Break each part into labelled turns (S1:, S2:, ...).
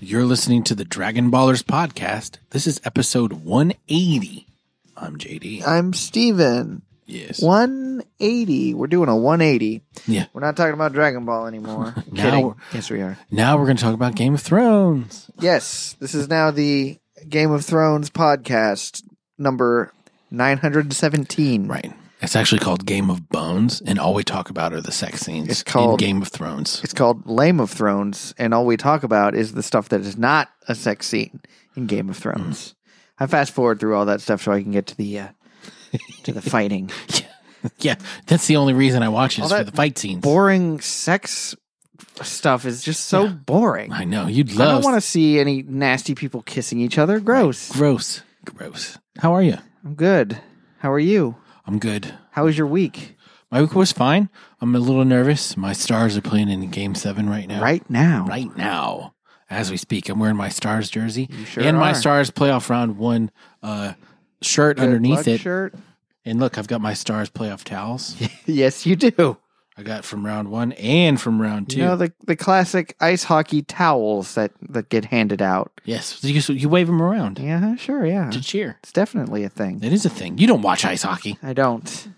S1: You're listening to the Dragon Ballers podcast. This is episode 180. I'm JD.
S2: I'm Steven.
S1: Yes.
S2: 180. We're doing a 180.
S1: Yeah.
S2: We're not talking about Dragon Ball anymore. I'm
S1: No.
S2: Kidding. Yes, we are.
S1: Now we're going to talk about Game of Thrones.
S2: Yes, this is now the Game of Thrones podcast number 917.
S1: Right. It's actually called Game of Bones, and all we talk about are the sex scenes
S2: It's called-
S1: in Game of Thrones.
S2: It's called Lame of Thrones, and all we talk about is the stuff that is not a sex scene in Game of Thrones. I fast forward through all that stuff so I can get to the uh, to the fighting.
S1: Yeah, that's the only reason I watch it
S2: All
S1: is for
S2: that
S1: the fight scenes.
S2: Boring sex stuff is just so
S1: Yeah.
S2: boring.
S1: I know you'd
S2: I don't
S1: love.
S2: want to see any nasty people kissing each other. Gross.
S1: Gross, gross. How are you?
S2: I'm good. How are you?
S1: I'm good.
S2: How was your week?
S1: My week was fine. I'm a little nervous. My stars are playing in Game Seven right now.
S2: Right now.
S1: right now, as we speak. I'm wearing my stars jersey
S2: You sure
S1: and my
S2: are.
S1: stars playoff round one uh, shirt
S2: Good
S1: underneath
S2: luck
S1: it.
S2: Shirt.
S1: And look, I've got my stars playoff towels.
S2: yes, you do.
S1: I got from round one and from round two.
S2: You know the the classic ice hockey towels that that get handed out.
S1: yes, you, so you wave them around
S2: Yeah, sure, yeah.
S1: to cheer.
S2: It's definitely a thing.
S1: That is a thing. You don't watch ice hockey,
S2: I don't,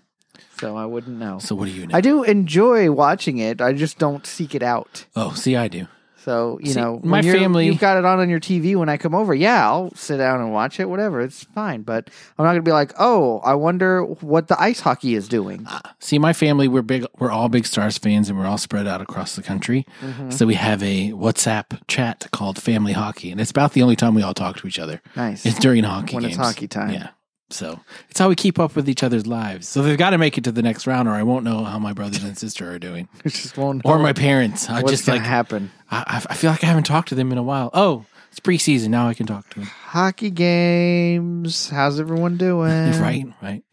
S2: so I wouldn't know.
S1: so what do you know?
S2: I do enjoy watching it. I just don't seek it out.
S1: oh, see, I do.
S2: So you
S1: See,
S2: know,
S1: my
S2: when you're-
S1: family-
S2: you've got it on on your TV when I come over. Yeah, I'll sit down and watch it. Whatever, it's fine. But I'm not gonna be like, oh, I wonder what the ice hockey is doing.
S1: Uh, see, my family, we're big. We're all big stars fans, and we're all spread out across the country.
S2: Mm-hmm.
S1: So we have a WhatsApp chat called Family Hockey, and it's about the only time we all talk to each other.
S2: Nice.
S1: It's during hockey
S2: when it's
S1: games.
S2: hockey time.
S1: Yeah. So it's how we keep up with each other's lives. So they've got to make it to the next round, or I won't know how my brothers and sister are doing,
S2: It just won't.
S1: or my parents. I
S2: what's
S1: just
S2: gonna
S1: like
S2: happen?
S1: I, I feel like I haven't talked to them in a while. Oh, it's preseason now. I can talk to them.
S2: Hockey games. How's everyone doing?
S1: right, right.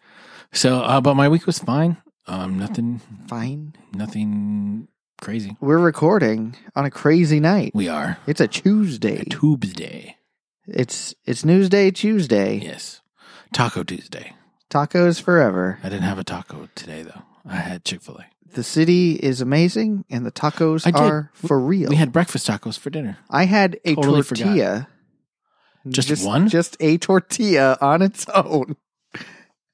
S1: So, uh, but my week was fine. Um, nothing,
S2: Fine.
S1: nothing crazy.
S2: We're recording on a crazy night.
S1: We are
S2: It's a Tuesday.
S1: a Tuesday.
S2: It's it's Newsday Tuesday.
S1: Yes, Taco Tuesday.
S2: Tacos forever.
S1: I didn't have a taco today though. I had Chick Fil A.
S2: The city is amazing, and the tacos
S1: I did.
S2: are for real.
S1: We had breakfast tacos for dinner.
S2: I had a
S1: Totally forgot.
S2: tortilla.
S1: Just one?
S2: Just a tortilla on its own.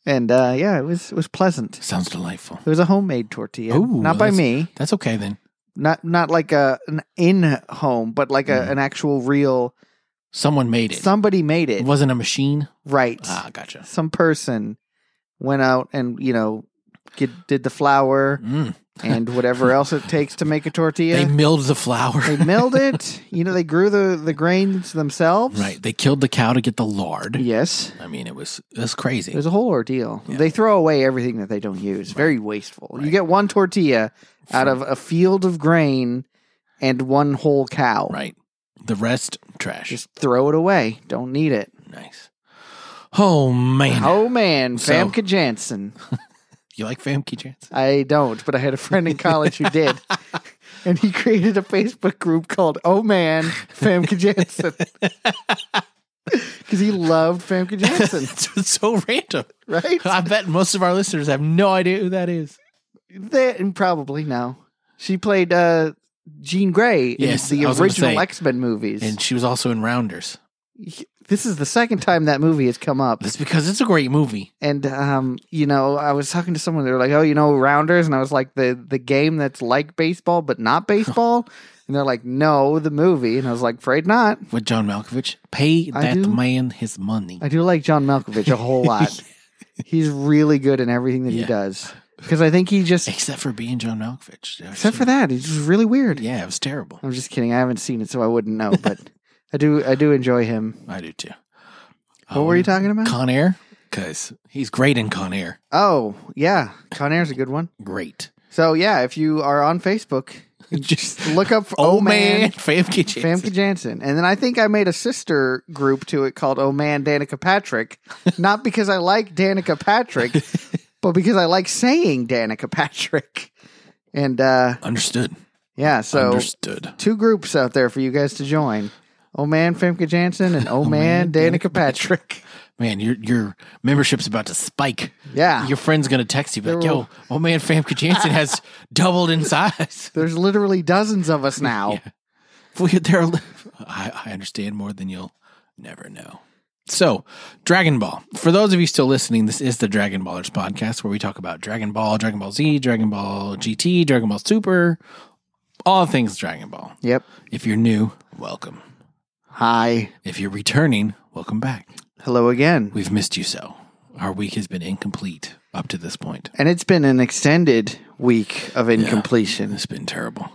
S2: And uh, yeah, it was it was pleasant.
S1: Sounds delightful.
S2: It was a homemade tortilla,
S1: Ooh,
S2: not by
S1: that's-
S2: me,
S1: That's okay then.
S2: not not like a an in home, but like a,
S1: Mhm.
S2: an actual real.
S1: Someone made it.
S2: Somebody made it
S1: It wasn't a machine.
S2: right.
S1: Ah, gotcha.
S2: Some person went out and you know get, did the flour
S1: Mm.
S2: and whatever else it takes to make a
S1: They
S2: tortilla.
S1: milled the flour.
S2: They, milled it. You know, they grew the the grains themselves.
S1: right. They killed the cow to get the lard.
S2: Yes.
S1: I mean, it was it was crazy.
S2: It was a whole ordeal. They throw away everything that they don't use. Very wasteful. You
S1: Right.
S2: get one tortilla out of a field of grain and one whole cow.
S1: right. The rest trash.
S2: Just throw it away. Don't need it.
S1: nice. Oh man,
S2: Oh man,
S1: So-
S2: Famke Janssen.
S1: you like Famke Janssen?
S2: I don't, but I had a friend in college who did. And he created a Facebook group called Oh Man Famke Janssen. Because he loved Famke Janssen,
S1: It's so random.
S2: right?
S1: I bet most of our listeners have no idea who that is.
S2: That and probably no. She played uh Jean Grey
S1: Yes,
S2: in
S1: I
S2: the
S1: was gonna say.
S2: original X Men movies.
S1: And she was also in Rounders.
S2: this is the second time that movie has come up.
S1: That's because it's a great movie.
S2: And um, you know, I was talking to someone. They were like, "Oh, you know, Rounders," and I was like, "the the game that's like baseball but not baseball." and they're like, "No, the movie." And I was like, "Afraid not."
S1: With John Malkovich, pay
S2: I
S1: that
S2: do-
S1: man his money.
S2: I do like John Malkovich a whole lot. He's really good in everything that
S1: Yeah.
S2: he does because I think he just,
S1: Except for being John Malkovich.
S2: except Mm. for that, he's just really weird.
S1: yeah, it was terrible.
S2: I'm just kidding. I haven't seen it, so I wouldn't know. But I do. I do enjoy him.
S1: I do too.
S2: What were you talking about?
S1: Con Air, because he's great in Con Air.
S2: oh, yeah, Con Air's a good one.
S1: Great.
S2: So yeah, if you are on Facebook,
S1: Just
S2: look up for
S1: oh, man, Famke Janssen.
S2: Famke Jansen, and then I think I made a sister group to it called Oh Man Danica Patrick, not because I like Danica Patrick, but because I like saying Danica Patrick. And uh,
S1: Understood.
S2: yeah, so
S1: Understood.
S2: two groups out there for you guys to join. Oh man, Famke Jansen, and Oh, man,
S1: Man,
S2: Danica Patrick.
S1: Man, your your membership's about to spike.
S2: Yeah.
S1: Your friend's gonna text you, be like,
S2: They're
S1: yo,
S2: all-
S1: oh man, Famke Janssen has doubled in size.
S2: There's literally dozens of us now.
S1: If we, there, are- I, I understand more than you'll never know. So, Dragon Ball. For those of you still listening, this is the Dragon Ballers podcast where we talk about Dragon Ball, Dragon Ball Z, Dragon Ball GT, Dragon Ball Super, all things Dragon Ball.
S2: Yep.
S1: If you're new, welcome.
S2: Hi.
S1: If you're returning, welcome back.
S2: Hello again.
S1: We've missed you so. Our week has been incomplete up to this point.
S2: And it's been an extended week of incompletion
S1: It's been terrible.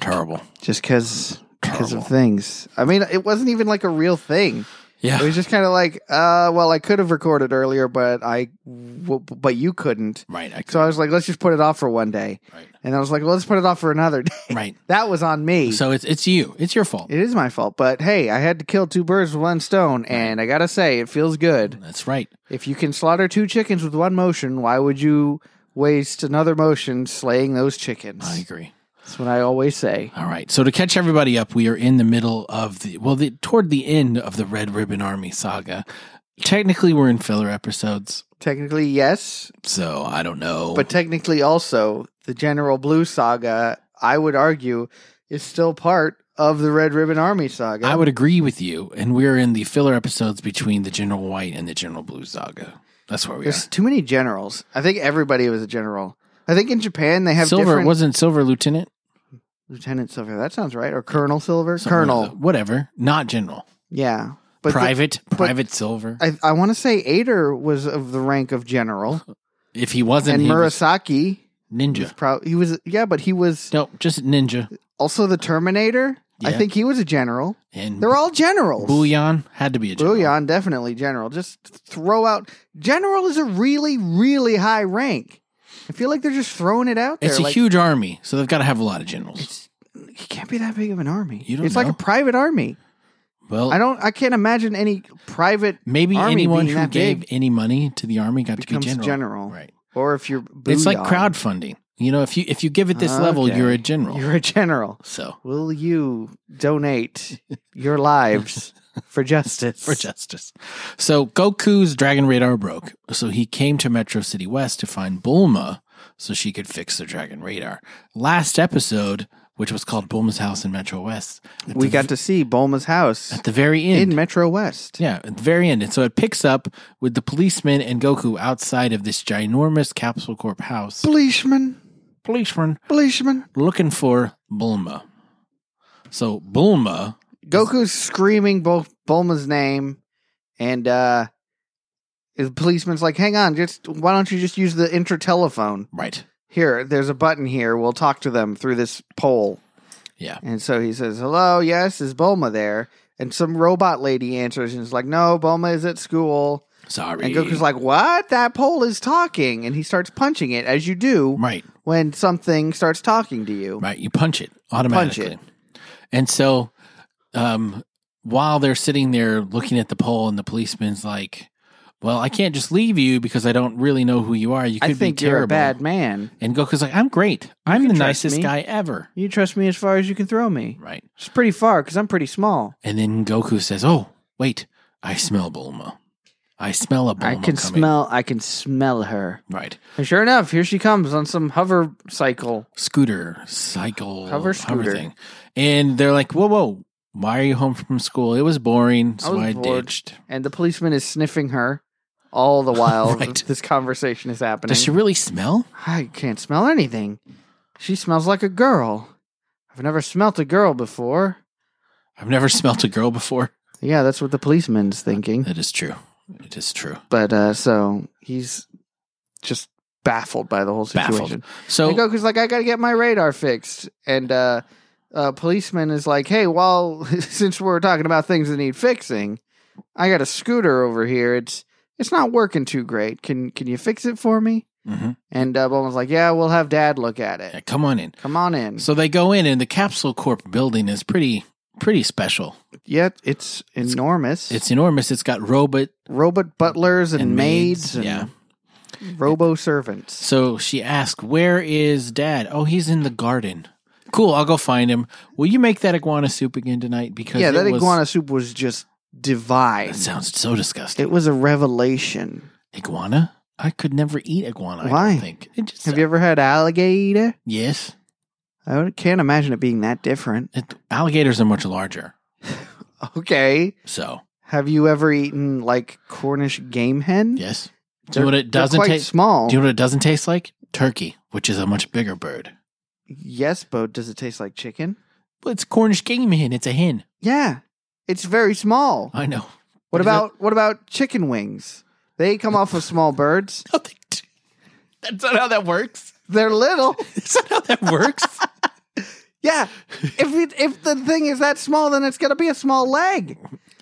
S1: Terrible.
S2: just because
S1: Terrible.
S2: of things. I mean, it wasn't even like a real thing. It
S1: Yeah.
S2: was just kind of like, uh, well, I could have recorded earlier, but I, w- but you couldn't.
S1: Right. I,
S2: So I was like, let's just put it off for one day.
S1: right.
S2: And I was like, well, let's put it off for another day.
S1: Right.
S2: That was on me.
S1: So it's it's you. It's your fault.
S2: it is my fault, but hey, I had to kill two birds with one stone, and I gotta say, it feels good.
S1: That's right.
S2: If you can slaughter two chickens with one motion, why would you waste another motion slaying those chickens?
S1: I agree.
S2: That's what I always say.
S1: All right. So to catch everybody up, we are in the middle of the well, the, toward the end of the Red Ribbon Army saga. Technically, we're in filler episodes,
S2: Technically, yes,
S1: so I don't know.
S2: but technically, also the General Blue saga. I would argue is still part of the Red Ribbon Army saga.
S1: I would agree with you, and we're in the filler episodes between the General White and the General Blue saga. That's where we
S2: There's too many generals. I think everybody was a general. I think in Japan they
S1: are.
S2: have
S1: Silver
S2: different
S1: wasn't Silver Lieutenant.
S2: Lieutenant Silver. That sounds right. Or Colonel Silver.
S1: Something
S2: Colonel.
S1: like that. whatever, not General.
S2: Yeah. But the-
S1: private, Private Silver.
S2: I, I want to say Ader was of the rank of general,
S1: if he wasn't,
S2: and
S1: he was
S2: Murasaki was
S1: Ninja.
S2: pro- he was yeah, but he was
S1: No, just Ninja.
S2: also the Terminator. I
S1: Yeah.
S2: think he was a general.
S1: And
S2: They're all generals.
S1: Booyan had to be a general.
S2: Booyan, definitely general. Just throw out general is a really really high rank. I feel like they're just throwing it out there.
S1: It's a
S2: like,
S1: huge army, so they've got to have a lot of generals.
S2: It's, it can't be that big of an army.
S1: You don't
S2: it's like
S1: know.
S2: a private army.
S1: Well,
S2: I don't. I can't imagine any private
S1: maybe
S2: Army
S1: anyone
S2: being
S1: who
S2: that
S1: gave
S2: big
S1: any money to the army got to be
S2: becomes
S1: general.
S2: general.
S1: Right.
S2: Or if you're,
S1: It's like
S2: Booyan,
S1: crowdfunding. You know, if you if you give at this level,
S2: Okay.
S1: you're a general.
S2: You're a general.
S1: so
S2: Will you donate your lives for justice?
S1: for justice. So Goku's dragon radar broke, so he came to Metro City West to find Bulma so she could fix the dragon radar. Last episode, which was called Bulma's House in Metro West, at
S2: we
S1: the-
S2: got to see Bulma's house
S1: at the very end.
S2: in Metro West.
S1: Yeah, at the very end. And so it picks up with the policeman and Goku outside of this ginormous Capsule Corp house.
S2: Policeman,
S1: Policeman
S2: policeman.
S1: looking for Bulma. So Bulma,
S2: Goku's screaming Bul- Bulma's name, and uh, the policeman's like, "Hang on, just why don't you just use the intertelephone?
S1: right.
S2: Here, there's a button here. We'll talk to them through this pole."
S1: Yeah.
S2: And so he says, Hello, yes, is Bulma there? And some robot lady answers and is like, No, Bulma is at school.
S1: Sorry.
S2: And Goku's like, What? That pole is talking. And he starts punching it, as you do
S1: right,
S2: when something starts talking to you.
S1: right. You punch it automatically. And so um while they're sitting there looking at the pole and the policeman's like, Well, I can't just leave you because I don't really know who you are. You could
S2: I think
S1: be terrible.
S2: you're a bad man.
S1: and Goku's like, I'm great. I'm the
S2: trust
S1: nicest
S2: me."
S1: guy ever.
S2: You trust me as far as you can throw me.
S1: Right.
S2: It's pretty far because I'm pretty small.
S1: And then Goku says, "Oh, wait, I smell Bulma. I smell a Bulma
S2: I can
S1: coming."
S2: smell I can smell her.
S1: right
S2: And sure enough, here she comes on some hover cycle.
S1: scooter cycle
S2: Hover scooter.
S1: thing. And they're like, "Whoa, whoa, why are you home from school? It was boring, so
S2: was
S1: I,
S2: bored.
S1: ditched."
S2: And the policeman is sniffing her all the while
S1: Right.
S2: this conversation is happening.
S1: Does she really smell?
S2: I can't smell anything. She smells like a girl. I've never smelt a girl before.
S1: I've never smelt a girl before.
S2: Yeah, that's what the policeman's thinking.
S1: That is true. It is true.
S2: But uh so he's just baffled by the whole
S1: Baffled.
S2: situation.
S1: So
S2: And Goku's like, I gotta get my radar fixed. And uh uh policeman is like, Hey, well since we're talking about things that need fixing, I got a scooter over here. It's it's not working too great. Can can you fix it for me?
S1: Mhm.
S2: And uh, Bulma's like, Yeah, we'll have dad look at
S1: Yeah,
S2: it.
S1: come on in.
S2: Come on in.
S1: So they go in, and the Capsule Corp building is pretty pretty special.
S2: Yet it's enormous. It's
S1: It's enormous. It's got robot
S2: robot butlers and,
S1: and
S2: maids,
S1: maids.
S2: and
S1: yeah.
S2: robo servants.
S1: So she asked, Where is dad? Oh, he's in the garden. Cool, I'll go find him. Will you make that iguana soup again tonight? Because
S2: Yeah,
S1: it
S2: that
S1: was-
S2: iguana soup was just divine.
S1: That sounds so disgusting.
S2: It was a revelation.
S1: iguana? I could never eat iguana. I
S2: Why?
S1: don't think. It just,
S2: Have you ever had alligator?
S1: yes.
S2: I would- can't imagine it being that different.
S1: It, alligators are much larger.
S2: Okay.
S1: So,
S2: Have you ever eaten like Cornish game hen?
S1: yes. Do you
S2: They're-
S1: know what it
S2: They're
S1: doesn't
S2: quite
S1: taste?
S2: small.
S1: Do you know what it doesn't taste like? Turkey, which is a much bigger bird.
S2: yes, but does it taste like chicken?
S1: Well, it's Cornish game hen. It's a hen.
S2: Yeah, it's very small.
S1: I know. Uh, What
S2: What
S1: is
S2: about what about chicken wings? They come off of small birds.
S1: No, they do. That's not how that works.
S2: They're little.
S1: That's not how that works.
S2: Yeah. If it, if the thing is that small, then it's gonna be a small leg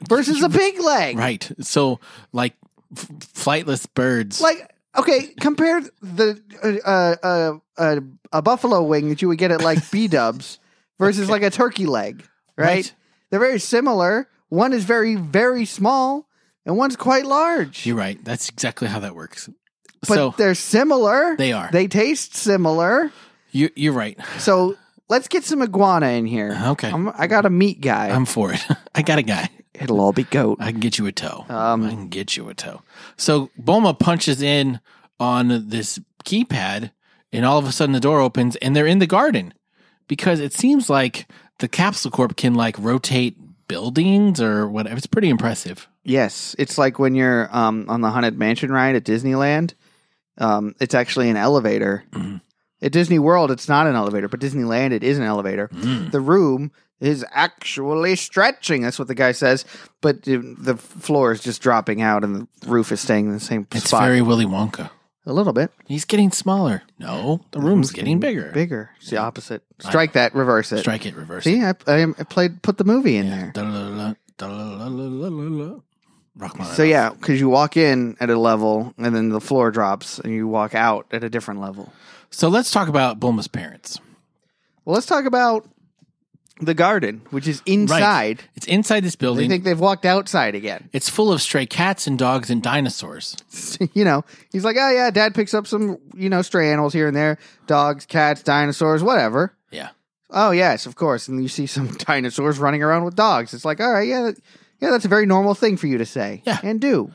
S2: versus a big leg.
S1: right. So, like, f- flightless birds.
S2: Like okay, compare the uh, uh, uh, a buffalo wing that you would get at like B Dubs versus like a turkey leg. right?
S1: Right.
S2: They're very similar. One is very very small, and one's quite large.
S1: You're right. That's exactly how that works.
S2: but
S1: so
S2: they're similar.
S1: they are.
S2: They taste similar.
S1: you, you're right.
S2: So let's get some iguana in here.
S1: Okay.
S2: I'm, I got a meat guy.
S1: I'm for it. I got a guy.
S2: It'll all be goat.
S1: I can get you a toe.
S2: Um,
S1: I can get you a toe. So Bulma punches in on this keypad, and all of a sudden the door opens, and they're in the garden because it seems like the capsule corp can like rotate buildings or whatever. It's pretty impressive.
S2: Yes, it's like when you're um, on the haunted mansion ride at Disneyland. Um, it's actually an elevator.
S1: Mhm.
S2: At Disney World, it's not an elevator, but Disneyland, it is an elevator.
S1: Mm.
S2: The room is actually stretching. That's what the guy says. But the the floor is just dropping out, and the roof is staying in the same
S1: It's
S2: spot.
S1: very Willy Wonka.
S2: a little bit.
S1: He's getting smaller. No, the room's getting bigger.
S2: Bigger. It's the opposite.
S1: I-
S2: Strike that. Reverse it.
S1: Strike it, reverse it.
S2: See, I, I I played. Put the movie in
S1: Yeah.
S2: there.
S1: Da-la-la-la, da-la-la-la-la-la. Rachmaninoff.
S2: So yeah, because you walk in at a level, and then the floor drops, and you walk out at a different level.
S1: So let's talk about Bulma's parents.
S2: Well, let's talk about the garden, which is inside.
S1: It's inside this
S2: They
S1: building.
S2: think they've walked outside again.
S1: It's full of stray cats and dogs and dinosaurs.
S2: you know, he's like, oh yeah, dad picks up some, you know, stray animals here and there, dogs, cats, dinosaurs, whatever.
S1: Yeah.
S2: Oh yes, of course. And you see some dinosaurs running around with dogs. It's like, all right, yeah, that- yeah, that's a very normal thing for you to say
S1: Yeah.
S2: and do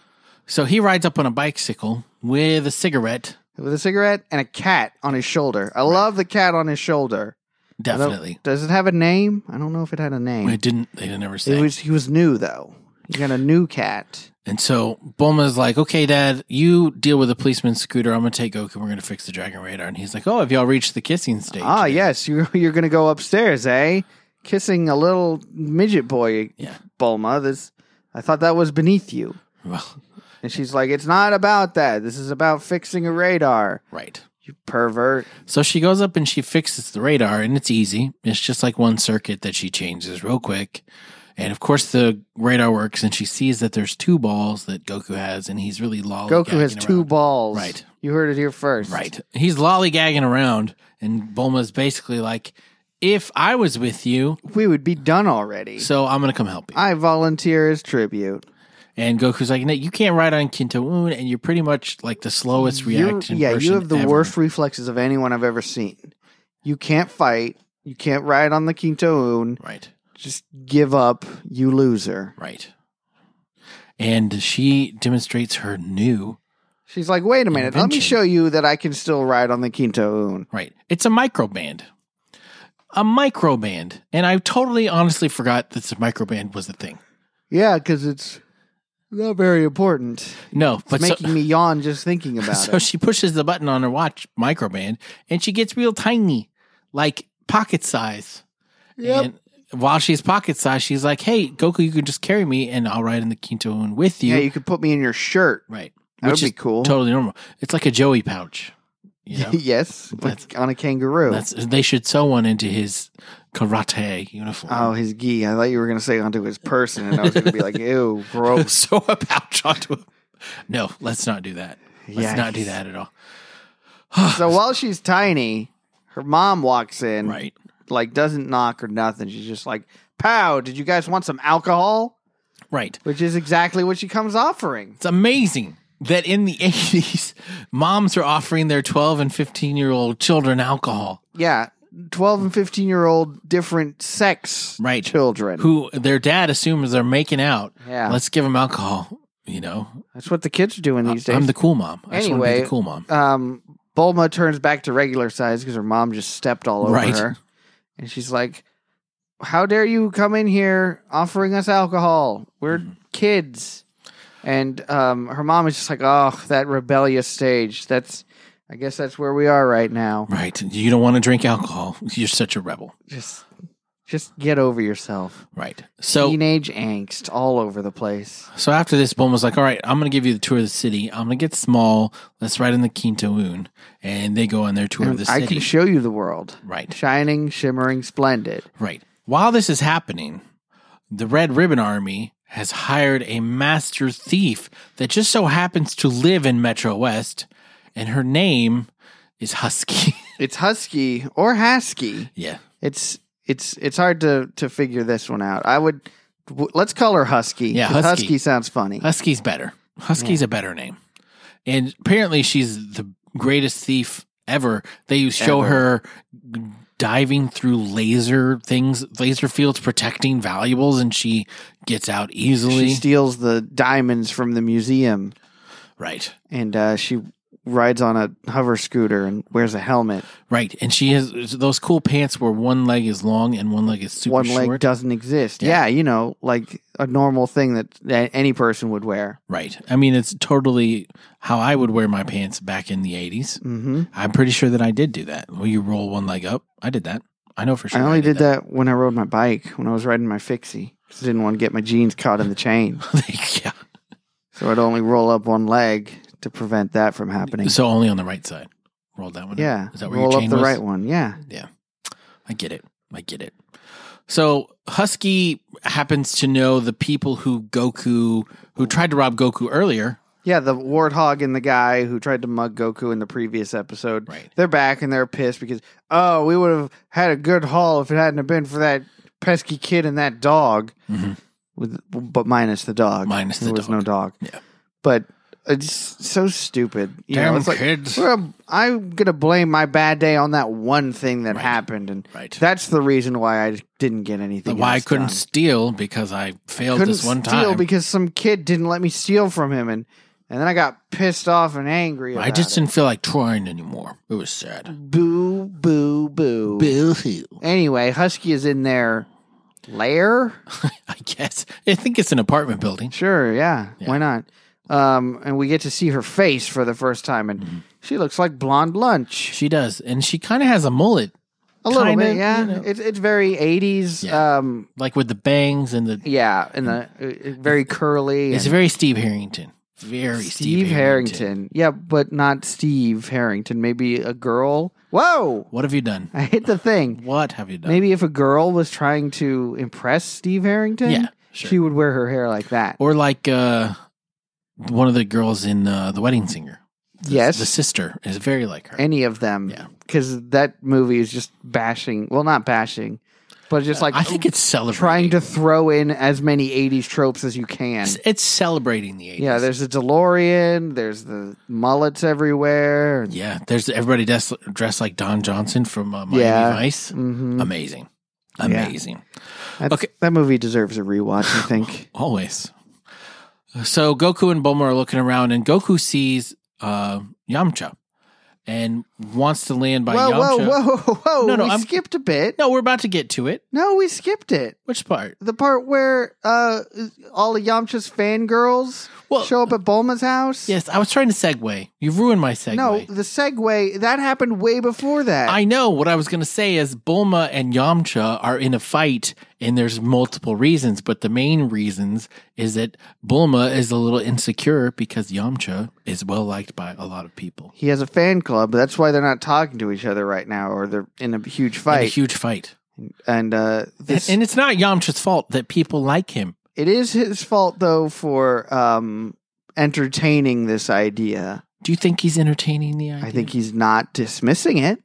S1: So he rides up on a bicycle with a cigarette.
S2: with a cigarette and a cat on his shoulder. I love the cat on his shoulder. I don't-
S1: Definitely.
S2: Does it have a name? I don't know if it had a name.
S1: It didn't they didn't ever
S2: It
S1: say.
S2: was he was new though. He got a new cat.
S1: and so Bulma's like, Okay, Dad, you deal with the policeman's scooter, I'm gonna take Goku, we're gonna fix the dragon radar. And he's like, Oh, have y'all reached the kissing stage?
S2: Ah,
S1: yet?"
S2: yes, you you're gonna go upstairs, eh? Kissing a little midget boy,
S1: Yeah.
S2: Bulma. This, I thought that was beneath you.
S1: Well,
S2: And she's like, "It's not about that. This is about fixing a radar,
S1: right.
S2: you pervert."
S1: So she goes up and she fixes the radar, and it's easy. It's just like one circuit that she changes real quick. And of course, the radar works, and she sees that there's two balls that Goku has, and he's really lollygagging.
S2: Goku has two
S1: around.
S2: balls.
S1: Right.
S2: You heard it here first.
S1: Right. He's lollygagging around, and Bulma's basically like, if I was with you,
S2: We would be done already.
S1: so I'm going to come help you.
S2: I volunteer as tribute.
S1: And Goku's like, no, you can't ride on Kintoon, and you're pretty much like the slowest
S2: You're-
S1: reaction.
S2: yeah, you
S1: person
S2: have the
S1: ever."
S2: worst reflexes of anyone I've ever seen. You can't fight. You can't ride on the Quintoon.
S1: Right.
S2: Just give up, you loser.
S1: Right. And she demonstrates her new
S2: She's like, wait a minute, let me
S1: Invention.
S2: show you that I can still ride on the Quintoon.
S1: Right. It's a microband. A microband. And I totally honestly forgot that the microband was a thing.
S2: Yeah, because it's not very important. It's
S1: No, but so,
S2: making me yawn just thinking about
S1: so
S2: it.
S1: she pushes the button on her watch microband and she gets real tiny, like pocket size.
S2: Yep.
S1: And while she's pocket size, she's like, Hey, Goku, you can just carry me and I'll ride in the Kintoon with you.
S2: yeah, you could put me in your shirt.
S1: right.
S2: That
S1: Which
S2: would
S1: is
S2: be cool.
S1: totally normal. It's like a Joey pouch. You know?
S2: yes,
S1: That's-
S2: like on a kangaroo.
S1: That's they should sew one into his karate uniform.
S2: oh, his gi. I thought you were going to say onto his person, and I was going to be like, ew, gross.
S1: sew a pouch onto him. No, let's not do that. Let's
S2: Yeah.
S1: not do that at all.
S2: so while she's tiny, her mom walks in,
S1: Right.
S2: like, doesn't knock or nothing. She's just like, pow, did you guys want some alcohol?
S1: Right.
S2: Which is exactly what she comes offering.
S1: It's amazing that in the 80s, moms are offering their 12 and 15 year old children alcohol.
S2: Yeah, 12 and 15 year old different sex
S1: Right.
S2: children.
S1: Who their dad assumes they're making out.
S2: yeah,
S1: Let's give them alcohol. You know,
S2: that's what the kids are doing these
S1: I- I'm
S2: days.
S1: the cool mom. I just want to be
S2: Anyway,
S1: the cool mom.
S2: um, Bulma turns back to regular size because her mom just stepped all over
S1: Right.
S2: her. and she's like, "How dare you come in here offering us alcohol? We're
S1: Mhm.
S2: kids." And um, her mom is just like, "Oh, that rebellious stage. That's, I guess that's where we are right now.
S1: Right. You don't want to drink alcohol. You're such a rebel.
S2: Just, just get over yourself.
S1: Right. So
S2: Teenage angst all over the place.
S1: so after this, Bulma's like, all right, I'm going to give you the tour of the city. I'm going to get small. Let's ride in the Quintoon. And they go on their tour of the
S2: I
S1: city.
S2: can show you the world,
S1: right.
S2: shining, shimmering, splendid.
S1: Right. While this is happening, the Red Ribbon Army has hired a master thief that just so happens to live in Metro West, and her name is Husky.
S2: It's husky or hasky."
S1: yeah.
S2: It's it's it's hard to to figure this one out. I would w- let's call her Husky.
S1: Yeah,
S2: 'cause
S1: Husky.
S2: sounds funny.
S1: Husky's better. Husky's a better name. And apparently she's the greatest thief ever. They show her diving through laser things, laser fields protecting valuables and she gets out easily.
S2: She steals the diamonds from the museum
S1: right.
S2: and uh, she rides on a hover scooter and wears a helmet.
S1: Right, and she has those cool pants where one leg is long and one leg is super
S2: one
S1: short.
S2: leg doesn't exist.
S1: Yeah.
S2: Yeah. you know, like a normal thing that, that any person would wear.
S1: right. I mean, it's totally how I would wear my pants back in the '80s.
S2: hmm
S1: I'm pretty sure that I did do that. Will you roll one leg up? I did that. I know for sure.
S2: I only did that. when I rode my bike when I was riding my fixie. 'cause I didn't want to get my jeans caught in the chain,
S1: yeah.
S2: so I'd only roll up one leg to prevent that from happening.
S1: So only on the right side. Roll that one. up.
S2: Yeah.
S1: Is that where
S2: Roll
S1: your chain
S2: up the
S1: was?
S2: right one. Yeah.
S1: I get it. I get it. So Husky happens to know the people who Goku who tried to rob Goku earlier.
S2: Yeah, the warthog and the guy who tried to mug Goku in the previous episode.
S1: Right.
S2: They're back and they're pissed because oh, we would have had a good haul if it hadn't have been for that pesky kid and that dog.
S1: Mhm.
S2: With but minus the dog.
S1: Minus the
S2: there was
S1: dog.
S2: no dog.
S1: Yeah.
S2: But it's so stupid. You
S1: Damn
S2: know, it's like
S1: kids.
S2: we're a, I'm gonna blame my bad day on that one thing that
S1: Right.
S2: happened, and
S1: right.
S2: that's the reason why I didn't get anything.
S1: Why I
S2: else
S1: couldn't
S2: done
S1: steal because I failed
S2: couldn't
S1: this one
S2: steal
S1: time.
S2: because some kid didn't let me steal from him, and and then I got pissed off and angry. About
S1: I just
S2: it.
S1: didn't feel like trying anymore. It was sad.
S2: boo boo boo.
S1: Boo-hoo.
S2: Anyway, Husky is in their lair.
S1: I guess. I think it's an apartment building.
S2: Sure, yeah,
S1: Yeah.
S2: why not? Um, and we get to see her face for the first time, and
S1: Mm-hmm.
S2: she looks like blonde lunch
S1: She does. And she kind of has a mullet,
S2: a little
S1: Kinda,
S2: bit. Yeah,
S1: you know.
S2: it's it's very eighties.
S1: Yeah.
S2: Yeah. Um,
S1: like with the bangs and the.
S2: yeah, and the uh, very curly.
S1: It's
S2: and
S1: very Steve Harrington. Very Steve,
S2: Steve Harrington. Yeah, but not Steve Harrington. Maybe a girl. Whoa.
S1: What have you done?
S2: I hit the thing.
S1: What have you done?
S2: Maybe if a girl was trying to impress Steve Harrington,
S1: Yeah, sure.
S2: she would wear her hair like that.
S1: Or like uh, one of the girls in uh, The Wedding Singer. The-
S2: yes,
S1: The sister is very like her.
S2: any of them.
S1: Yeah.
S2: Because that movie is just bashing. Well, not bashing, but just like
S1: Uh, I think it's celebrating.
S2: trying to throw in as many 80s tropes as you can.
S1: It's, it's celebrating the 80s.
S2: Yeah, there's a DeLorean, there's the mullets everywhere.
S1: Yeah, there's everybody dressed, dressed like Don Johnson from uh, Miami
S2: Yeah.
S1: Vice.
S2: hmm
S1: Amazing, amazing, Um, Okay.
S2: That movie deserves a rewatch, I think.
S1: always. So Goku and Bulma are looking around, and Goku sees uh, Yamcha and wants to land by
S2: whoa,
S1: Yamcha.
S2: whoa, whoa, whoa, whoa.
S1: No, no,
S2: we
S1: I'm-
S2: skipped a bit.
S1: No, we're about to get to it.
S2: No, we skipped it.
S1: Which part?
S2: The part where uh, all of Yamcha's fangirls
S1: Well,
S2: show up at Bulma's house.
S1: yes, I was trying to segue. You ruined my segue.
S2: No, the segue that happened way before that.
S1: I know what I was going to say is Bulma and Yamcha are in a fight, and there's multiple reasons, but the main reasons is that Bulma is a little insecure because Yamcha is well liked by a lot of people.
S2: he has a fan club. but That's why they're not talking to each other right now, or they're in a huge
S1: In a
S2: fight.
S1: huge fight,
S2: and uh, this,
S1: and it's not Yamcha's fault that people like him.
S2: it is his fault though for um, entertaining this idea.
S1: Do you think he's entertaining the idea?
S2: I think he's not dismissing it.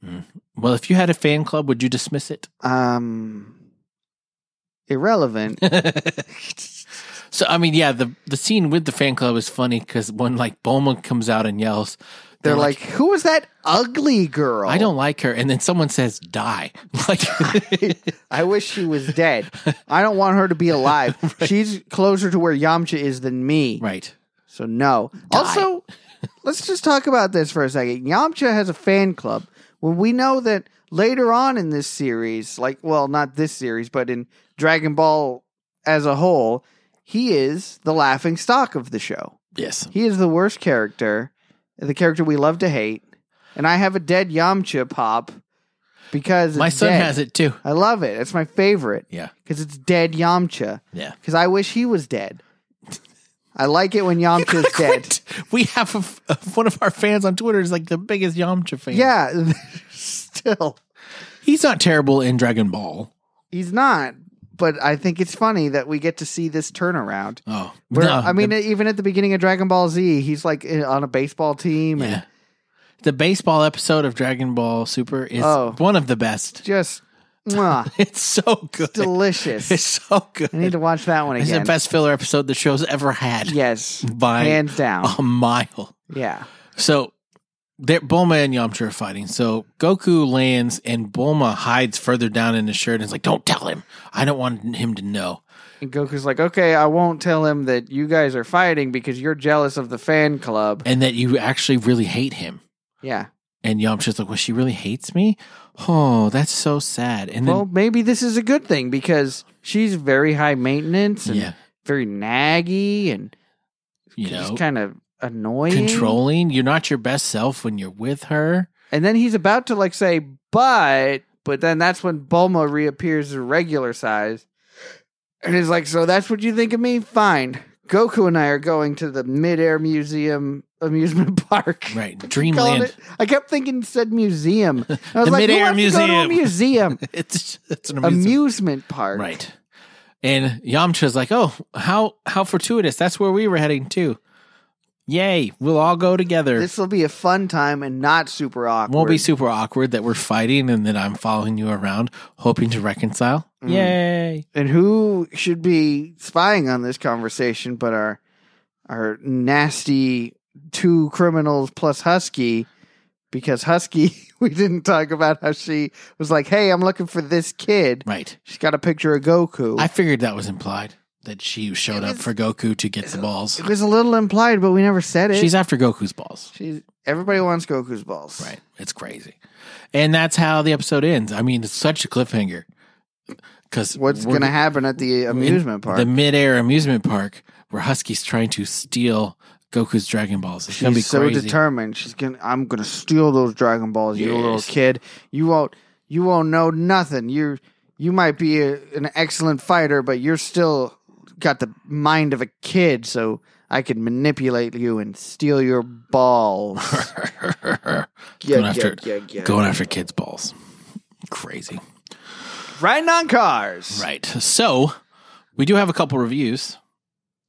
S1: Well, if you had a fan club, would you dismiss it?
S2: Um, irrelevant.
S1: so, I mean, yeah, the the scene with the fan club is funny because when like Bulma comes out and yells,
S2: They're like, who was that ugly girl?
S1: "I don't like her," and then someone says, "Die!" Like,
S2: I wish she was dead. I don't want her to be alive. She's closer to where Yamcha is than me.
S1: right?
S2: So no.
S1: Die.
S2: Also, let's just talk about this for a second. Yamcha has a fan club, When we know that later on in this series, like, well, not this series, but in Dragon Ball as a whole, he is the laughing stock of the show.
S1: Yes.
S2: He is the worst character, the character we love to hate. And I have a dead Yamcha pop because
S1: My son has it too.
S2: I love it. It's my favorite
S1: Yeah.
S2: because it's dead Yamcha.
S1: Yeah.
S2: Because I wish he was dead. I like it when Yamcha's dead.
S1: Quit. We have a f- one of our fans on Twitter is like the biggest Yamcha fan.
S2: Yeah, still
S1: He's not terrible in Dragon Ball.
S2: he's not. But I think it's funny that we get to see this turnaround.
S1: Oh.
S2: Where
S1: No,
S2: I mean,
S1: the,
S2: even at the beginning of Dragon Ball Z, he's like in- on a baseball team
S1: yeah.
S2: and
S1: The baseball episode of Dragon Ball Super is
S2: Oh.
S1: one of the best.
S2: just mwah,
S1: It's so good. It's
S2: delicious.
S1: so good.
S2: I need to watch that one
S1: it's the
S2: again.
S1: best filler episode the show's ever had
S2: Yes,
S1: by
S2: hands down.
S1: a mile.
S2: Yeah,
S1: So there, Bulma and Yamcha are fighting. So Goku lands and Bulma hides further down in his shirt and is like, "Don't tell him. I don't want him to know."
S2: and Goku's like, okay, I won't tell him that you guys are fighting because you're jealous of the fan club.
S1: And that you actually really hate him.
S2: Yeah.
S1: And Yamcha's like, "Well, she really hates me. Oh, that's so sad." And
S2: Well, maybe this is a good thing because she's very high maintenance
S1: then,
S2: and
S1: yeah,
S2: very naggy and
S1: you
S2: He's
S1: know,
S2: kind of annoying.
S1: controlling. You're not your best self when you're with her.
S2: And then he's about to like say, but, but then that's when Bulma reappears in regular size. And he's like, so that's what you think of me? Fine. Goku and I are going to the midair museum amusement park.
S1: Right,
S2: Calling
S1: Dreamland.
S2: it- I kept thinking it said museum. I was
S1: The
S2: like,
S1: midair
S2: midair museum. To go to a museum.
S1: It's it's an amazing
S2: amusement park.
S1: Right. And Yamcha's like, oh, how how fortuitous. That's where we were heading too. Yay. We'll all go together.
S2: This will be a fun time and not super awkward.
S1: Won't be super awkward that we're fighting and that I'm following you around, hoping to reconcile.
S2: Mm.
S1: Yay.
S2: and who should be spying on this conversation but our our nasty two criminals plus husky because husky we didn't talk about how she was like hey i'm looking for this kid
S1: Right.
S2: she's got a picture of goku
S1: I figured that was implied that she showed
S2: It
S1: up
S2: was-
S1: for Goku to get the balls.
S2: it was a little implied but we never said it
S1: She's after Goku's balls.
S2: she's everybody wants goku's balls
S1: Right. It's crazy. And that's how the episode ends. I mean, it's such a cliffhanger. Cause
S2: what's
S1: we're-
S2: going to happen at the amusement park
S1: the midair amusement park where Husky's trying to steal Goku's Dragon Balls. It's gonna be
S2: She's so
S1: crazy.
S2: determined. She's gonna. I'm gonna steal those Dragon Balls, you little
S1: Yes.
S2: kid. You won't. You won't know nothing. You. You might be a, an excellent fighter, but you're still got the mind of a kid. So I can manipulate you and steal your balls.
S1: Going after- Going after kids' balls. Crazy.
S2: Riding on cars.
S1: Right. So we do have a couple reviews.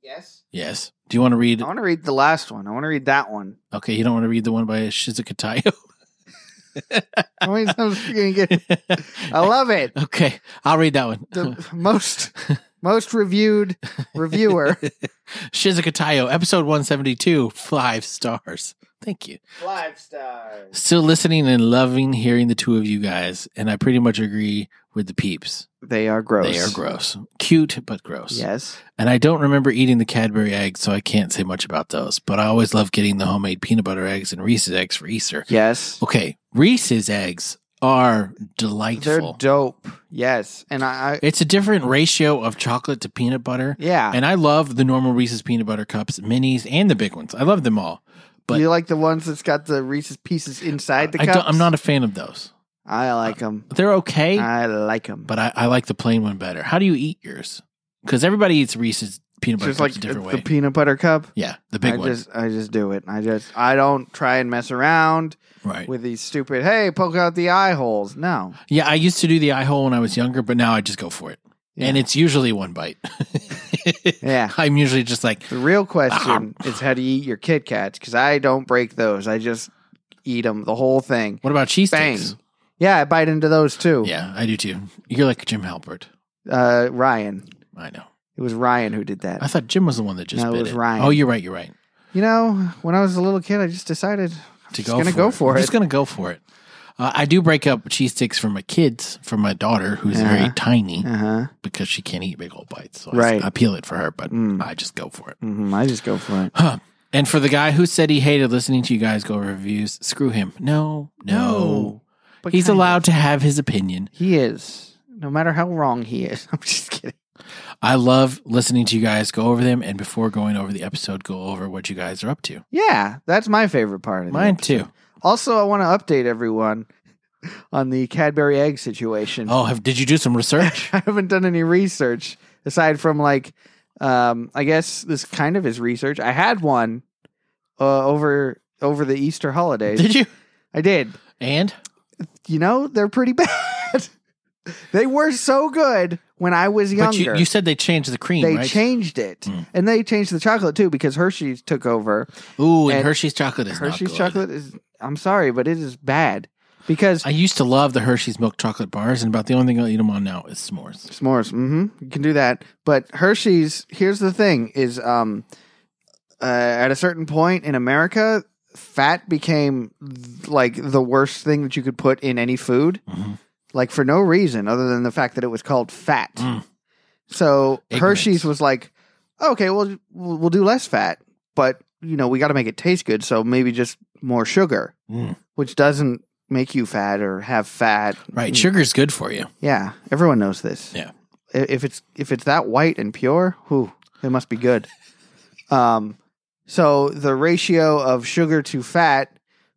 S2: Yes.
S1: Yes. Do you want to read?
S2: I want to read the last one. I want to read that one.
S1: Okay, you don't want to read the one by Shizuka Tayo.
S2: How many times are we gonna get? I love it.
S1: okay, I'll read that one.
S2: The most most reviewed reviewer.
S1: Shizuka Tayo, episode 172, five stars. Thank you.
S2: Five stars.
S1: Still listening and loving hearing the two of you guys, and I pretty much agree with the peeps.
S2: They are gross.
S1: They are gross. Cute, but gross.
S2: Yes.
S1: And I don't remember eating the Cadbury eggs, so I can't say much about those. But I always love getting the homemade peanut butter eggs and Reese's eggs for Easter.
S2: Yes.
S1: Okay, Reese's eggs are
S2: They're
S1: delightful.
S2: dope. Yes. And I, I
S1: it's a different ratio of chocolate to peanut butter.
S2: yeah.
S1: And I love the normal Reese's peanut butter cups, minis, and the big ones. I love them all. but-
S2: Do you like the ones that's got the Reese's pieces inside the
S1: I
S2: cups?
S1: don't, I'm not a Uh, fan of those.
S2: I like them.
S1: They're okay,
S2: I like them.
S1: but I, I like the plain one better. How do you eat yours? Because everybody eats Reese's peanut butter
S2: Just
S1: cups
S2: like
S1: a
S2: the,
S1: different
S2: the
S1: way.
S2: peanut butter cup.
S1: yeah, the big
S2: I
S1: ones.
S2: just, I just do it. I just, I don't try and mess around
S1: Right.
S2: with these stupid. Hey, poke out the eye holes. No.
S1: Yeah, I used to do the eye hole when I was younger, but now I just go for it. And
S2: Yeah.
S1: it's usually one bite.
S2: Yeah.
S1: I'm usually just like,
S2: The real question is how to eat your Kit Kats because I don't break those. I just eat them the whole thing.
S1: what about cheese
S2: Bang.
S1: sticks?
S2: Yeah, I bite into those too.
S1: Yeah, I do too. You're like Jim Halpert.
S2: Uh, Ryan.
S1: I know.
S2: It was Ryan who did
S1: I
S2: that.
S1: thought Jim was the one that just
S2: No, it
S1: bit
S2: was Ryan.
S1: Oh, you're right. You're right.
S2: You know, when I was a little kid, I just decided
S1: To
S2: just gonna
S1: for
S2: go
S1: it.
S2: for
S1: I'm
S2: it.
S1: Just gonna go for it. Uh, I do break up cheese sticks for my kids, for my daughter who's very
S2: Uh-huh.
S1: tiny
S2: Uh huh.
S1: because she can't eat big old bites. So
S2: Right.
S1: I, I peel it for her, but
S2: Mm.
S1: I just go for it.
S2: hmm I just go for it.
S1: Huh. And for the guy who said he hated listening to you guys go over reviews, screw him. No, no.
S2: But
S1: He's
S2: kind of.
S1: allowed to have his opinion.
S2: He is. No matter how wrong he is. I'm just kidding.
S1: I love listening to you guys go over them, and before going over the episode, go over what you guys are up to.
S2: Yeah, that's my favorite part of the
S1: Mine
S2: episode.
S1: too.
S2: Also, I want to update everyone on the Cadbury egg situation.
S1: Oh, have, did you do some research?
S2: I haven't done any research aside from like, um, I guess this kind of is research. I had one uh, over over the Easter holidays.
S1: did you?
S2: I did.
S1: And
S2: You know, they're pretty bad. they were so good when I was
S1: but
S2: younger.
S1: you, you said they changed the cream,
S2: they
S1: right?
S2: changed it,
S1: Mm.
S2: and they changed the chocolate too because Hershey's took over.
S1: Ooh, and,
S2: and
S1: Hershey's chocolate is not
S2: Hershey's
S1: good.
S2: chocolate is. I'm sorry, but it is bad because
S1: I used to love the Hershey's milk chocolate bars, and about the only thing I'll eat them on now is s'mores.
S2: s'mores. Mm-hmm. You can do that, but Hershey's. Here's the thing: is um, uh, at a certain point in America, fat became th- like the worst thing that you could put in any food,
S1: Mhm.
S2: like for no reason other than the fact that it was called fat.
S1: Mm.
S2: So
S1: Ignorance.
S2: Hershey's was like, okay, well, we'll we'll do less fat, but you know, we got to make it taste good, so maybe just more sugar,
S1: Mm.
S2: which doesn't make you fat or have fat.
S1: Right, sugar's good for you.
S2: Yeah, everyone knows this.
S1: Yeah.
S2: I- If it's if it's that white and pure, whew, it must be good. Um so the ratio of sugar to fat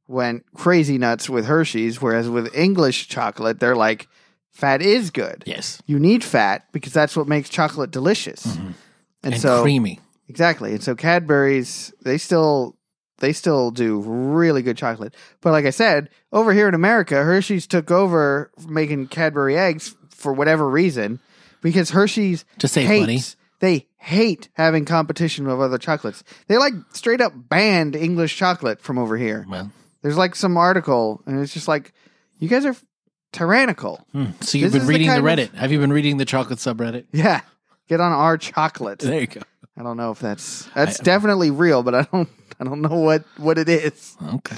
S2: went crazy nuts with Hershey's whereas with English chocolate they're like fat is good.
S1: Yes,
S2: You need fat because that's what makes chocolate delicious.
S1: Mhm.
S2: And,
S1: and,
S2: so
S1: creamy.
S2: exactly. And so Cadbury's they still they still do really good chocolate. But like I said, over here in America, Hershey's took over making Cadbury eggs for whatever reason because Hershey's
S1: To say
S2: hates
S1: funny,
S2: they hate having competition with other chocolates. They like straight up banned English chocolate from over here.
S1: well,
S2: There's like some article and it's just like you guys are tyrannical.
S1: hmm. so you've
S2: This
S1: been
S2: is the
S1: reading the,
S2: kind
S1: Reddit.
S2: of-
S1: Have you been reading the chocolate subreddit?
S2: Yeah. Get on our chocolate.
S1: There you go.
S2: I don't know if that's that's
S1: I-
S2: definitely real, but I don't I don't know what what it is.
S1: Okay.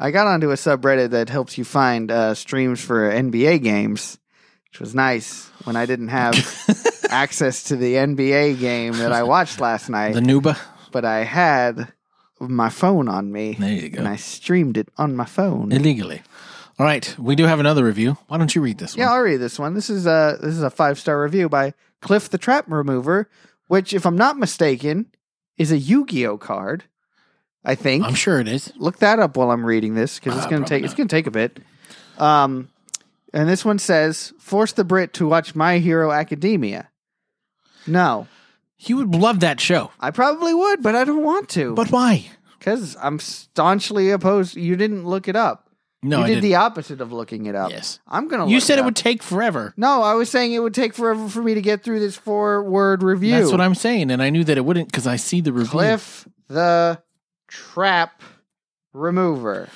S2: I got onto a subreddit that helps you find uh, streams for NBA games, which was nice when I didn't have access to the NBA game that I watched last night,
S1: The Nuba.
S2: but I had my phone on me
S1: There you go.
S2: and I streamed it on my phone.
S1: Illegally. All right, we do have another review. Why don't you read this
S2: Yeah,
S1: one?
S2: I'll read this one. This is a this is a five star review by Cliff the Trap Remover, which, if I'm not mistaken, is a Yu Gi Oh card. I think
S1: I'm sure it is.
S2: look that up while I'm reading this because it's
S1: Ah,
S2: gonna
S1: probably
S2: take it's gonna take a bit. Um, and this one says, "Force the Brit to watch My Hero Academia." No,
S1: You would love that show,
S2: I probably would, but I don't want to.
S1: but why?
S2: because I'm staunchly opposed. You didn't look it up.
S1: No,
S2: you
S1: I
S2: did
S1: didn't.
S2: the uh, opposite of looking it up.
S1: yes,
S2: I'm gonna.
S1: you
S2: look
S1: said it
S2: up.
S1: would take forever.
S2: No, I was saying it would take forever for me to get through this four word review.
S1: That's what I'm saying, and I knew that it wouldn't because I see the review.
S2: Cliff the Trap Remover.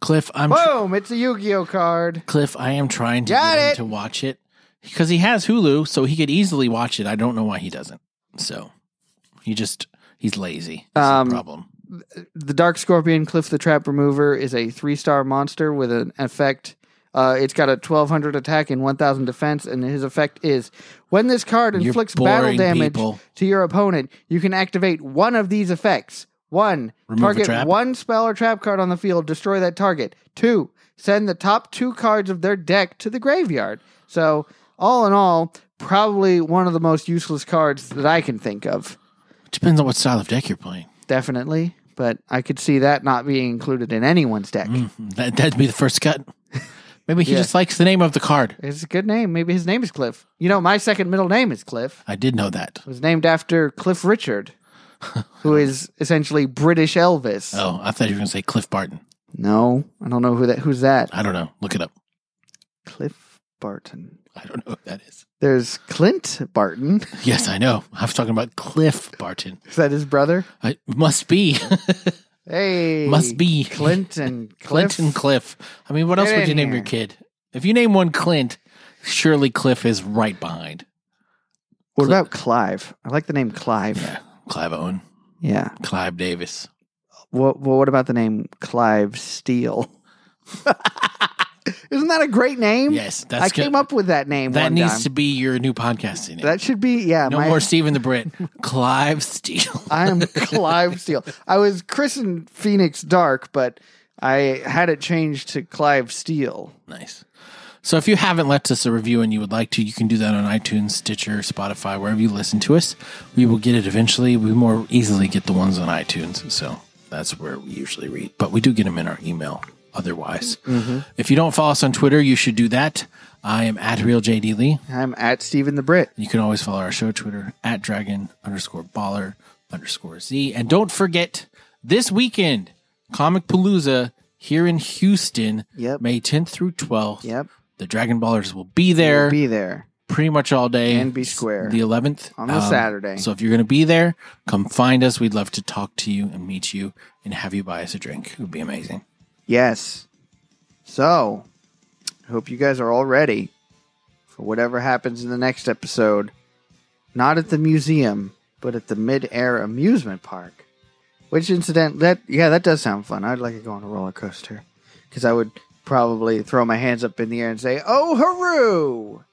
S1: Cliff, I'm tr-
S2: Boom! It's a Yu Gi Oh card.
S1: Cliff. I am trying to
S2: Got
S1: get him
S2: it.
S1: to watch it because he has Hulu, so he could easily watch it. I don't know why he doesn't. So he just he's lazy. That's
S2: Um,
S1: the problem.
S2: The Dark Scorpion Cliff the Trap Remover is a three star monster with an effect. Uh, it's got a 1200 attack and 1000 defense, and his effect is when this card
S1: You're
S2: inflicts battle
S1: boring
S2: damage
S1: people.
S2: to your opponent, you can activate one of these effects. One,
S1: Remove a
S2: target
S1: trap.
S2: one spell or trap card on the field, destroy that target. Two, send the top two cards of their deck to the graveyard. So, all in all, probably one of the most useless cards that I can think of.
S1: Depends on what style of deck you're playing.
S2: Definitely. But I could see that not being included in anyone's deck.
S1: Mm. Mm-hmm. That that'd be the first cut. Maybe he
S2: Yeah.
S1: just likes the name of the card.
S2: It's a good name. Maybe his name is Cliff. You know, my second middle name is Cliff.
S1: I did know that.
S2: It was named after Cliff Richard, who is essentially British Elvis.
S1: Oh, I thought you were going to say Cliff Barton.
S2: No, I don't know who that. Who's that?
S1: I don't know. Look it up.
S2: Cliff Barton.
S1: I don't know who that is.
S2: There's Clint Barton.
S1: Yes, I know. I was talking about Cliff Barton.
S2: Is that his brother?
S1: I, must be.
S2: Hey,
S1: Must be.
S2: Clint and Cliff.
S1: Clint and Cliff. I mean, what else
S2: Get
S1: would
S2: in
S1: you name
S2: here.
S1: your kid? If you name one Clint, surely Cliff is right behind.
S2: What
S1: Cl-
S2: about Clive? I like the name Clive. Yeah.
S1: Yeah. Clive Owen, Clive Davis.
S2: What? Well, what about the name Clive Steele? Isn't that a great name?
S1: Yes, that's
S2: I
S1: good.
S2: came up with that name.
S1: That
S2: one
S1: needs
S2: time.
S1: to be your new podcasting name.
S2: That should be yeah.
S1: no
S2: my,
S1: more Stephen the Brit. Clive Steele.
S2: I am Clive Steele. I was christened Phoenix Dark, but I had it changed to Clive Steele.
S1: Nice. So if you haven't left us a review and you would like to, you can do that on iTunes, Stitcher, Spotify, wherever you listen to us. We will get it eventually. We more easily get the ones on iTunes, so that's where we usually read. But we do get them in our email otherwise. If you don't follow us on Twitter, you should do that. I am at real JD Lee.
S2: I'm at Stephen the Brit.
S1: You can always follow our show Twitter at dragon underscore baller underscore Z. And don't forget this weekend, Comic Palooza here in Houston,
S2: Yep.
S1: May 10th through 12th.
S2: Yep.
S1: The Dragon Ballers will be there
S2: Be there.
S1: pretty much all day
S2: And be square.
S1: The 11th
S2: On the Saturday.
S1: So if you're going to be there, come find us. We'd love to talk to you and meet you and have you buy us a drink. It would be amazing.
S2: Yes. So, I hope you guys are all ready for whatever happens in the next episode. Not at the museum, but at the mid-air amusement park. Which incident that yeah, that does sound fun. I'd like to go on a roller coaster cuz I would probably throw my hands up in the air and say, "Oh, hooroo!"